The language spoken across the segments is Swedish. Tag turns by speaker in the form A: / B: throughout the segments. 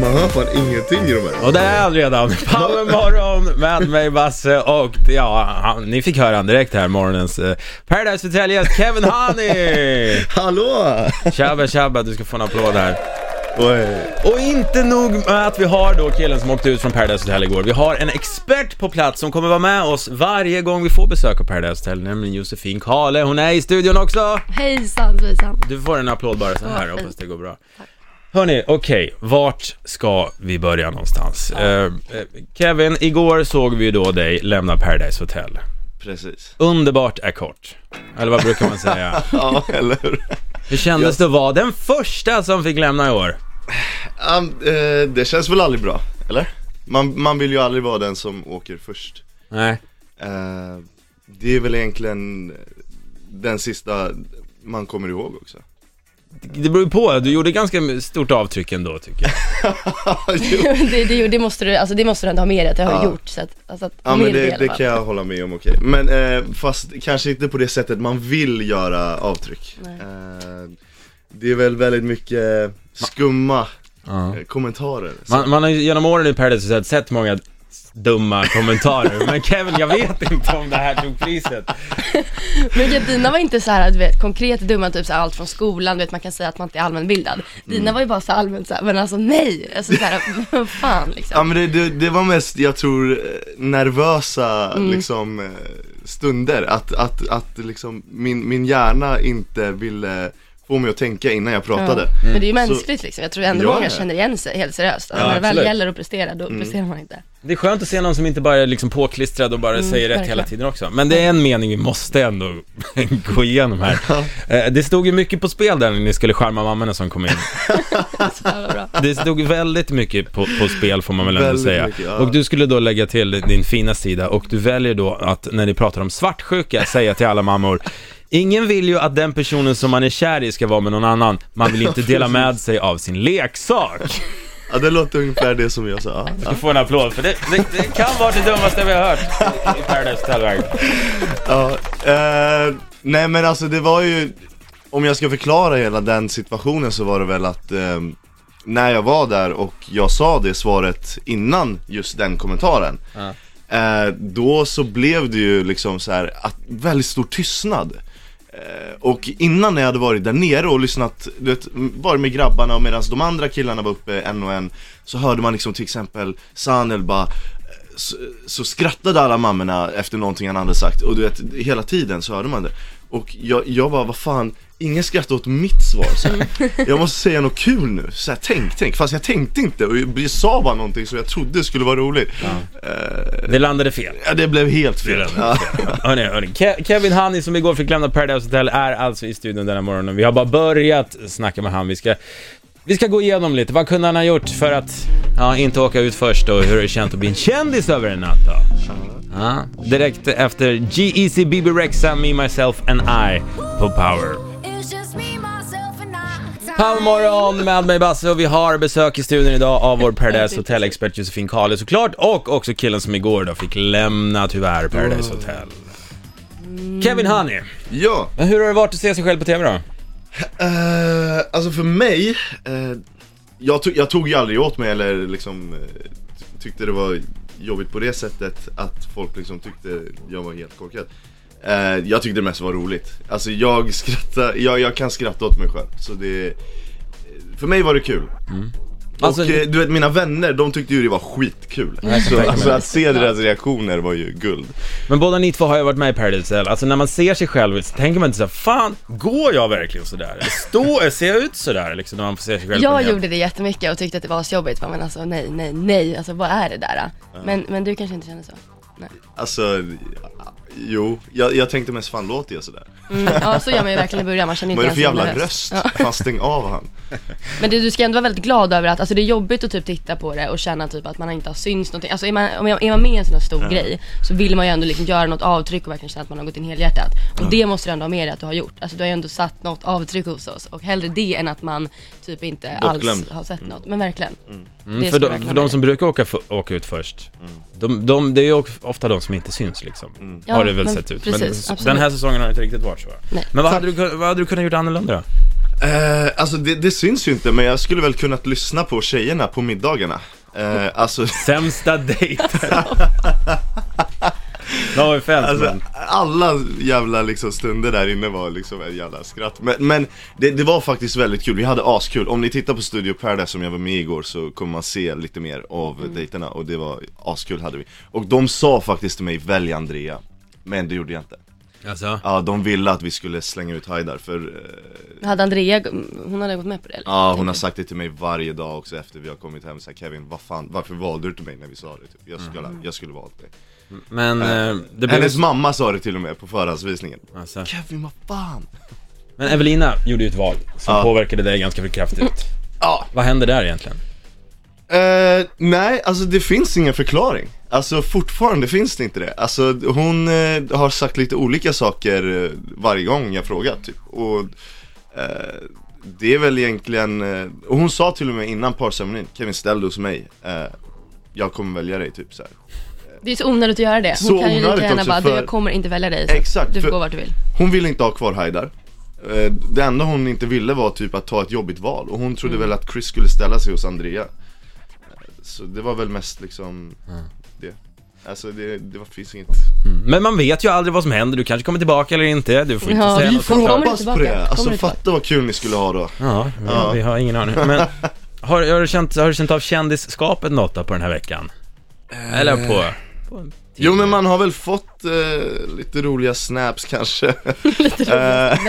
A: Man hör fan ingenting i de här.
B: Och det är han redan. Power morgon med mig Basse och ja, han, ni fick höra han direkt här morgonens eh, Paradise Hotel-gäst Kevin Honey!
A: Hallå!
B: Tjabba tjabba, du ska få en applåd här.
A: Oj.
B: Och inte nog med att vi har då killen som åkte ut från Paradise Hotel igår. Vi har en expert på plats som kommer vara med oss varje gång vi får besök av Paradise Hotel, nämligen Josefin Kahle. Hon är i studion också!
C: Hejsan svejsan.
B: Du får en applåd bara så här, hoppas det går bra. Hörni, okej, vart ska vi börja någonstans? Eh, eh, Kevin, igår såg vi ju då dig lämna Paradise Hotel.
A: Precis.
B: Underbart är kort. Eller vad brukar man säga?
A: Ja, eller hur?
B: Hur kändes det att vara den första som fick lämna i år?
A: Ja, eh, det känns väl aldrig bra, eller? Man, man vill ju aldrig vara den som åker först.
B: Nej.
A: Eh, det är väl egentligen den sista man kommer ihåg också.
B: Det beror ju på, du gjorde ganska stort avtryck ändå tycker jag.
A: jo.
C: det, det, det, måste du, alltså, det måste du ändå ha med dig att det har
A: Ja.
C: gjort. Så att, alltså, att,
A: Ja
C: med
A: men
C: dig i
A: det,
C: alla
A: det
C: fall.
A: kan jag hålla med om, okej. Men eh, fast kanske inte på det sättet man vill göra avtryck.
C: Nej.
A: Eh, det är väl väldigt mycket skumma
B: Ja.
A: eh, kommentarer. Så-
B: Man, man har ju genom åren i Paradise Hotel sett många dumma kommentarer, men Kevin jag vet inte om det här tog priset.
C: Men grejen, dina var inte så här, du vet, konkret dumma, typ så här, allt från skolan, du vet man kan säga att man inte är allmänbildad. Dina
A: Mm.
C: var ju bara så här allmänt så här, men alltså nej, alltså så här, vad fan
A: Ja
C: liksom.
A: men det, det, det var mest, jag tror, eh, nervösa liksom eh, stunder. Att, att, att liksom min, min hjärna inte ville få mig att tänka innan jag pratade.
C: Men det är ju
A: Mm.
C: mänskligt liksom, jag tror ändå
A: Ja, Mm.
C: många
A: ja.
C: känner igen sig helt seriöst. Alltså,
B: Ja,
C: när det väl
B: absolut.
C: gäller att prestera, då presterar man inte.
B: Det är skönt att se någon som inte bara är liksom påklistrad och bara
A: Mm,
B: säger rätt
C: verkligen.
B: hela tiden också. Men det är en mening vi måste ändå gå igenom här. Eh, Det stod ju mycket på spel där när ni skulle charma mammorna som kom in.
C: Så jävla bra.
B: Det stod väldigt mycket på, på spel får man väl ändå
A: Väldigt
B: säga.
A: mycket, ja.
B: Och du skulle då lägga till din fina sida och du väljer då att när ni pratar om svartsjuka säga till alla mammor Ingen vill ju att den personen som man är kär i ska vara med någon annan. Man vill inte dela med sig av sin leksak.
A: Ja, det låter ungefär det som jag sa. Ja,
B: Du får en applåd för det, det, det kan vara det dummaste vi har hört i Paradise Hotel verkligen.
A: Ja, eh, nej men alltså det var ju, om jag ska förklara hela den situationen så var det väl att eh, när jag var där och jag sa det svaret innan just den kommentaren
B: Ja.
A: eh, Då så blev det ju liksom så här att väldigt stor tystnad Eh, och innan när jag hade varit där nere och lyssnat, du vet, varit med grabbarna och medan de andra killarna var uppe en och en Så hörde man liksom till exempel Sanel bara så, så skrattade alla mammorna efter någonting han hade sagt och du vet, hela tiden så hörde man det Och jag, jag bara, vad fan, ingen skrattade åt mitt svar så här. Jag måste säga något kul nu, så här, tänk, tänk, fast jag tänkte inte och jag, jag sa bara någonting som jag trodde skulle vara roligt Eh,
B: Det landade fel.
A: Ja det blev helt fel ja.
B: Hörni, hörni. Ke- Kevin Honey som igår fick lämna Paradise Hotel är alltså i studion denna morgonen. Vi har bara börjat snacka med han. Vi ska, vi ska gå igenom lite. Vad kunde han ha gjort för att ja, inte åka ut först och hur det känt att bli en kändis över en natt då? Ja, direkt efter E GEC, BB Rexa, Me, Myself and I på Power. Palmorgon med mig Basse och vi har besök i studion idag av vår Paradise Hotel-expert Josefin Kahle såklart och också killen som igår då fick lämna tyvärr Paradise
A: Mm.
B: Hotel. Kevin Honey,
A: ja.
B: men hur har det varit att se sig själv på TV då?
A: Eh, alltså för mig, eh, jag, tog, jag tog ju aldrig åt mig eller liksom eh, ty- tyckte det var jobbigt på det sättet att folk liksom tyckte jag var helt korkad. Eh, jag tyckte det mest var roligt. Alltså jag skrattar, jag, jag kan skratta åt mig själv. Så det, eh, för mig var det kul.
B: Alltså-
A: och eh, du vet mina vänner, de tyckte ju det var skitkul.
B: jag kan
A: Så,
B: tänka mig
A: alltså
B: det.
A: att se deras reaktioner var ju guld.
B: Men båda ni två har ju varit med i Paradise Hotel, alltså när man ser sig själv så tänker man inte såhär, fan, går jag verkligen sådär? Eller Står, ser jag ut sådär liksom när man får se sig själv på
C: Jag
B: en-
C: gjorde det jättemycket och tyckte att det var asjobbigt, men alltså nej, nej, nej, alltså vad är det där? Men, men du kanske inte känner så? Nej.
A: Alltså, jo, jag, jag tänkte mest fan låter jag sådär?
C: Mm, ja så gör man ju verkligen i början, man känner inte
A: Vad är det för
C: ens
A: jävla
C: nervös.
A: röst?
C: Ja.
A: Fan stäng av han.
C: Men du, du ska ändå vara väldigt glad över att, alltså det är jobbigt att typ titta på det och känna typ att man inte har syns någonting. Alltså är man, om jag- är man med i en sån här stor grej så vill man ju ändå liksom göra något avtryck och verkligen känna att man har gått in helhjärtat. Och det måste du ändå ha med dig att du har gjort. Alltså du har ju ändå satt något avtryck hos oss och hellre det än att man typ inte
A: Bortglömd.
C: alls har sett något. Men verkligen.
B: Mm,
C: Det
B: för,
C: ska
B: de,
C: man
B: för
C: kunna
B: de
C: göra.
B: som brukar åka, f- åka ut först, de, de, det är ju of- ofta de som inte syns liksom,
C: Ja,
B: har det väl
C: men
B: sett ut.
C: precis,
B: men s-
C: absolut.
B: den här säsongen har det inte riktigt varit så. va?
C: Nej.
B: Men vad hade, du, kun- vad hade du kunnat gjort annorlunda då?
A: Eh, alltså det, det syns ju inte, men jag skulle väl kunnat lyssna på tjejerna på middagarna. Eh, alltså,
B: Sämsta dejten. No offense
A: alltså,
B: men.
A: alla jävla liksom stunder där inne var liksom en jävla skratt. Men, men det, det var faktiskt väldigt kul, vi hade askul. Om ni tittar på Studio Paradise som jag var med i igår så kommer man se lite mer av dejterna och det var askul hade vi. Och de sa faktiskt till mig, välj Andrea. Men det gjorde jag inte.
B: Alltså,
A: Ja, de ville att vi skulle slänga ut Haidar för eh,
C: Hade Andrea, hon hade gått med på det eller?
A: Ja hon har sagt det till mig varje dag också efter vi har kommit hem så här, Kevin, vad fan, varför valde du inte mig när vi sa det? Typ. Jag, skulle, jag skulle valt dig
B: men eh, det blev...
A: Hennes mamma sa det till och med på förhandsvisningen
B: Alltså.
A: Kevin, vad fan?
B: Men Evelina gjorde ju ett val som
A: Ja.
B: påverkade dig ganska kraftigt.
A: Ja,
B: Vad hände där egentligen?
A: eh, nej alltså det finns ingen förklaring Alltså fortfarande finns det inte det Alltså hon eh, har sagt lite olika saker eh, varje gång jag frågat typ och eh, det är väl egentligen, eh, och hon sa till och med innan parceremonin Kevin ställ dig hos mig, eh, jag kommer välja dig typ så här.
C: Det är så onödigt att göra det. Hon
A: Så
C: kan ju lika
A: onödigt
C: gärna
A: också
C: bara, du
A: för-
C: jag kommer inte välja dig. så
A: Exakt,
C: Du får
A: för-
C: gå vart du vill.
A: Hon ville inte ha kvar Haidar Eh, Det enda hon inte ville var typ att ta ett jobbigt val och hon trodde väl att Chris skulle ställa sig hos Andrea Eh, Så det var väl mest liksom det Alltså det, det var, finns inget
B: Men man vet ju aldrig vad som händer, du kanske kommer tillbaka eller inte, du får inte
C: Ja.
B: säga
C: Vi
B: något
C: får
B: såklart.
C: Kommer du
A: Hoppas på
C: tillbaka?
A: det, alltså
C: Kommer du
A: fatta vad kul ni skulle ha då
B: Ja, vi,
A: Ja.
B: vi har ingen aning. Men har, har, du känt, har du känt av kändisskapet något då på den här veckan?
A: Eh.
B: Eller på... på
A: Jo men man har väl fått eh, lite roliga snaps kanske
C: Lite roligt.
A: Eh,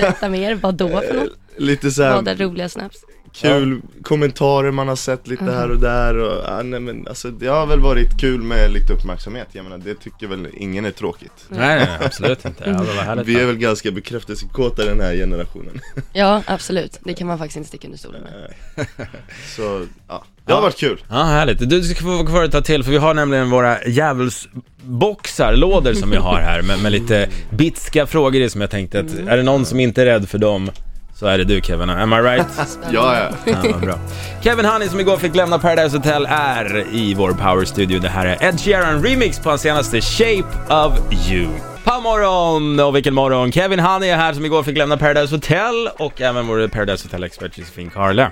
C: Berätta mer, vad då för något?
A: Lite
C: Vad är
A: såhär
C: roliga snaps?
A: kul kommentarer man har sett lite
C: Mm.
A: här och där och, ja, nej, men alltså det har väl varit kul med lite uppmärksamhet Jag menar det tycker väl ingen är tråkigt
B: Nej, nej, nej, absolut inte. Alltså, vad härligt.
A: Vi är väl ganska bekräftelsekåta den här generationen.
C: Ja, absolut. Det kan man faktiskt inte sticka under stolen med.
A: Så, ja. Det har varit kul.
B: Ja, härligt. Du ska få vara kvar ett tag till, för vi har nämligen våra djävulsboxar, lådor som vi har här med, med lite bitska frågor i som jag tänkte att, är det någon som inte är rädd för dem så är det du Kevin, am I right?
A: Ja, ja.
B: Ja, vad bra. Kevin Honey som igår fick lämna Paradise Hotel är i vår Power Studio. Det här är Ed Sheeran remix på hans senaste Shape of You. God morgon och vilken morgon! Kevin Honey är här som igår fick lämna Paradise Hotel och även vår Paradise Hotel-expert Josefin Karle.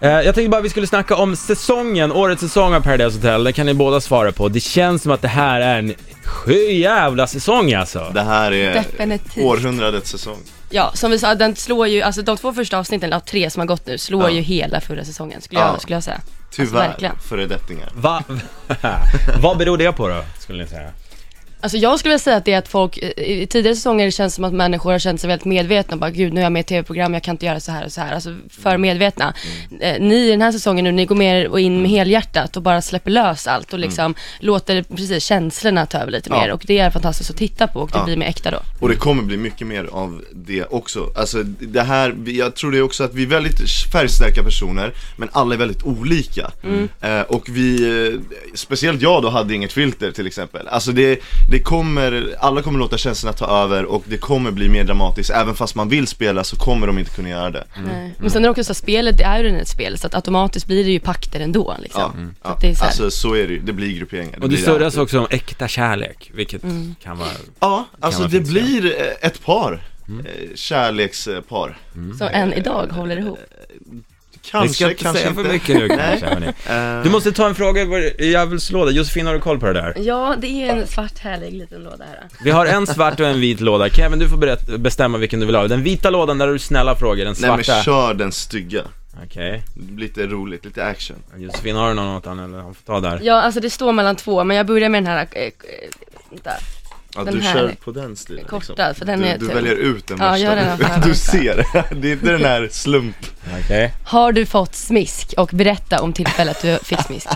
B: Eh, Jag tänkte bara vi skulle snacka om säsongen, årets säsong av Paradise Hotel, det kan ni båda svara på. Det känns som att det här är en sjöjävla säsong alltså.
A: Det här är
C: Definitivt. Alltså,
A: århundradets säsong.
C: Ja, som vi sa, den slår ju, alltså de två första avsnitten, av tre som har gått nu, slår
A: Ja.
C: ju hela förra säsongen skulle,
A: Ja.
C: jag, skulle jag säga.
A: Tyvärr,
C: verkligen.
A: föredettingar.
B: Va? Vad beror det på då, skulle ni säga?
C: Alltså jag skulle vilja säga att det är att folk, eh, i tidigare säsonger det känns som att människor har känt sig väldigt medvetna och bara gud nu är jag med i tv-program, jag kan inte göra så här och så här. Alltså för medvetna.
A: Mm.
C: Eh, Ni i den här säsongen nu, ni går mer och in med helhjärtat och bara släpper lös allt och liksom låter precis känslorna ta över lite
A: Mm. Ja.
C: mer och det är fantastiskt att titta på och det
A: Ja.
C: blir mer äkta då.
A: Och det kommer bli mycket mer av det också. Alltså det här, vi- jag tror det är också att vi är väldigt färgstarka personer, men alla är väldigt olika. Eh, och vi, eh, speciellt jag då, hade inget filter till exempel. Alltså det, det kommer, alla kommer låta känslorna ta över och det kommer bli mer dramatiskt. Även fast man vill spela så kommer de inte kunna göra det.
C: Nej. Men sen är det också så att spelet, det är ju ett spel så att automatiskt blir det ju pakter ändå liksom.
A: Ja, ja.
C: det är så här-
A: alltså så är det ju, det blir grupperingar
B: mm. Och det
A: blir
B: surras också om äkta kärlek, vilket
A: Mm.
B: kan vara...
A: Ja, alltså
B: man
A: det
B: finska.
A: blir eh, ett par,
B: Mm.
A: eh, kärlekspar
C: Som än idag håller ihop.
B: Vi ska
A: Kanske,
B: inte
A: kanske
B: säga
A: inte
B: för mycket nu kanske, hörni.
A: Eh,
B: Du måste ta en fråga i vår djävulslåda, Josefin har du koll på det där?
C: Ja, det är en svart härlig liten låda här.
B: Vi har en svart och en vit låda, Kevin du får berätt- bestämma vilken du vill ha. Den vita lådan där har du snälla frågor, den
A: Nej men
B: svarta...
A: kör den stygga,
B: Okej,
A: lite roligt, lite action
B: Josefin har du någon åt honom eller han får ta där?
C: Ja, alltså det står mellan två, men jag börjar med den här, eh, eh, vänta.
A: ja,
C: Den
A: Du
C: här
A: kör på den stilen liksom.
C: korta, för den
A: du,
C: är
A: du
C: typ-
A: väljer ut den
C: Ja,
A: värsta
C: gör den här
A: du, du
C: första.
A: ser, det är inte den här slump
B: Okej.
C: Har du fått smisk? Och berätta om tillfället du fick smisk.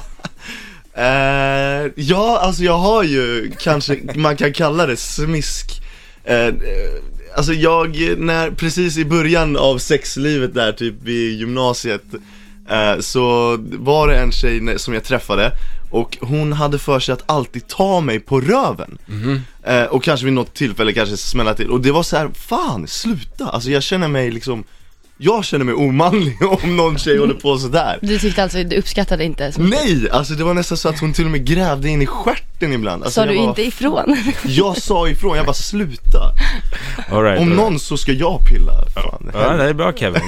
A: Eh, ja, alltså jag har ju kanske, man kan kalla det smisk. Eh, eh, alltså jag, när, precis i början av sexlivet där typ i gymnasiet, eh, så var det en tjej när- som jag träffade och hon hade för sig att alltid ta mig på röven. Eh, och kanske vid något tillfälle kanske smälla till. Och det var så här: fan sluta! Alltså jag känner mig liksom jag känner mig omanlig om någon tjej håller på sådär.
C: Du tyckte alltså, du uppskattade inte så mycket.
A: Nej! Alltså det var nästan så att hon till och med grävde in i stjärten ibland. Alltså,
C: Sa
A: jag
C: du
A: bara,
C: inte ifrån?
A: Jag sa ifrån, jag bara sluta.
B: All right,
A: Om
B: all right.
A: någon så ska jag pilla. Fan.
B: Ja, det är bra Kevin.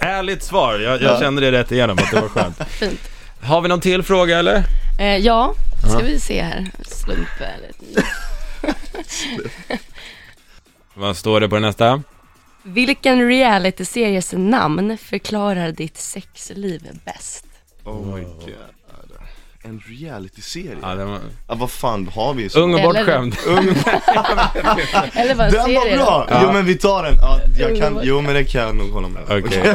B: Ärligt svar, jag, jag
A: Ja.
B: kände det rätt igenom att det var skönt.
C: Fint.
B: Har vi någon till fråga eller?
C: Eh, ja, ska vi se här. Slump eller...
B: Vad står det på nästa?
C: Vilken realityseries namn förklarar ditt sexliv bäst?
A: Oh my god. En realityserie?
B: Ja, den var...
A: Ja, vad fan har vi?
B: Ung och
C: Eller-
B: bortskämd.
C: Eller vad
A: Den var
C: serien?
A: bra!
B: Ja.
A: Jo men vi tar den. Ja, jag kan, jo men det kan jag nog hålla med om.
B: Okej.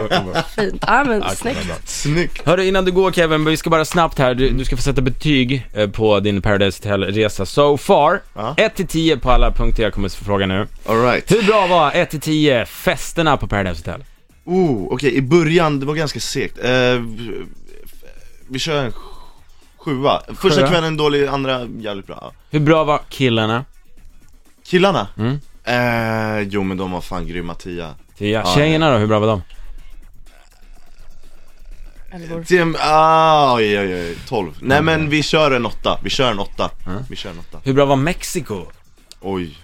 C: Fint. Ja men
B: Ja,
C: snyggt.
A: Snyggt.
B: Hörru, innan du går Kevin, vi ska bara snabbt här, du, du ska få sätta betyg eh, på din Paradise Hotel-resa so far.
A: Ja.
B: 1 till 10 på alla punkter jag kommer att fråga nu.
A: Alright.
B: Hur bra var 1 till 10 festerna på Paradise Hotel?
A: Oh, okej i början, det var ganska segt. Eh, vi kör en sjua. Första
B: Sjua.
A: kvällen dålig, andra jävligt bra.
B: Hur bra var killarna?
A: Killarna?
B: Mm.
A: Eh, jo men de var fan grymma tia.
B: Tia.
A: Ja,
B: Tjejerna då, hur bra var de?
C: Eller vår-
A: Tim, ah, oj, oj, oj, 12. Nej men vi kör en åtta, vi kör en åtta.
B: Mm.
A: Vi kör en åtta.
B: Hur bra var Mexiko?
A: Oj,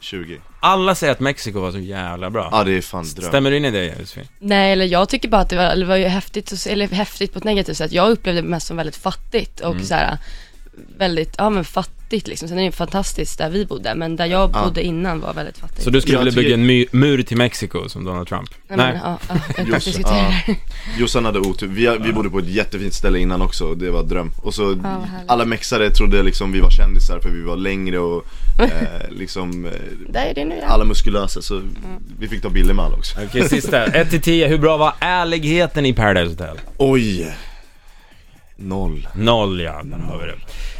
A: 20.
B: Alla säger att Mexiko var så jävla bra.
A: Ja ah, det är fan dröm.
B: Stämmer du in i det Josefin?
C: Nej eller jag tycker bara att det var, eller det var ju häftigt, och- eller häftigt på ett negativt sätt. Jag upplevde det mest som väldigt fattigt och så här väldigt, ja men fattigt liksom. Sen är det ju fantastiskt där vi bodde, men där jag
A: Ja.
C: bodde innan var väldigt fattigt.
B: Så du skulle
A: Jag
B: vilja
A: tycker-
B: bygga en my- mur till Mexiko som Donald Trump?
C: Nej. Men, ja, ja, jag kan
A: Just det.
C: inte diskutera
A: Ja.
C: det här.
A: Jossan hade otur, vi, vi bodde på ett jättefint ställe innan också, det var dröm. Och så
C: vad härligt.
A: alla mexare trodde liksom vi var kändisar för vi var längre och eh, liksom eh,
C: Där är det nu ja.
A: alla muskulösa så vi fick ta bilder med alla också.
B: Okej, sista. 1 till 10, hur bra var ärligheten i Paradise Hotel?
A: Oj! Noll.
B: Noll ja, där har vi det.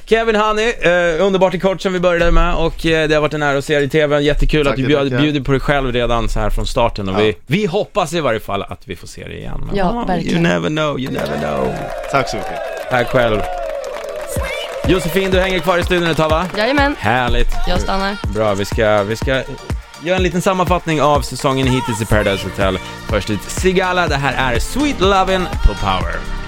B: Kevin Honey, eh, underbart i kort som vi började med och eh, det har varit en ära att se dig i TV, jättekul
A: Tack,
B: att du bjöd,
A: tackar.
B: bjuder på dig själv redan så här från starten och
A: Ja.
B: vi, vi hoppas i varje fall att vi får se dig igen. Men,
C: Ja,
B: ah, You
C: verkligen.
B: never know, you never know.
A: Tack så mycket.
B: Tack själv. Josefin, du hänger kvar i studion ett tag va?
C: Jajamän,
B: Härligt.
C: jag stannar.
B: Bra, vi ska, vi ska göra en liten sammanfattning av säsongen hittills i Paradise Hotel. Först ut Sigala, det här är Sweet Lovin' på Power.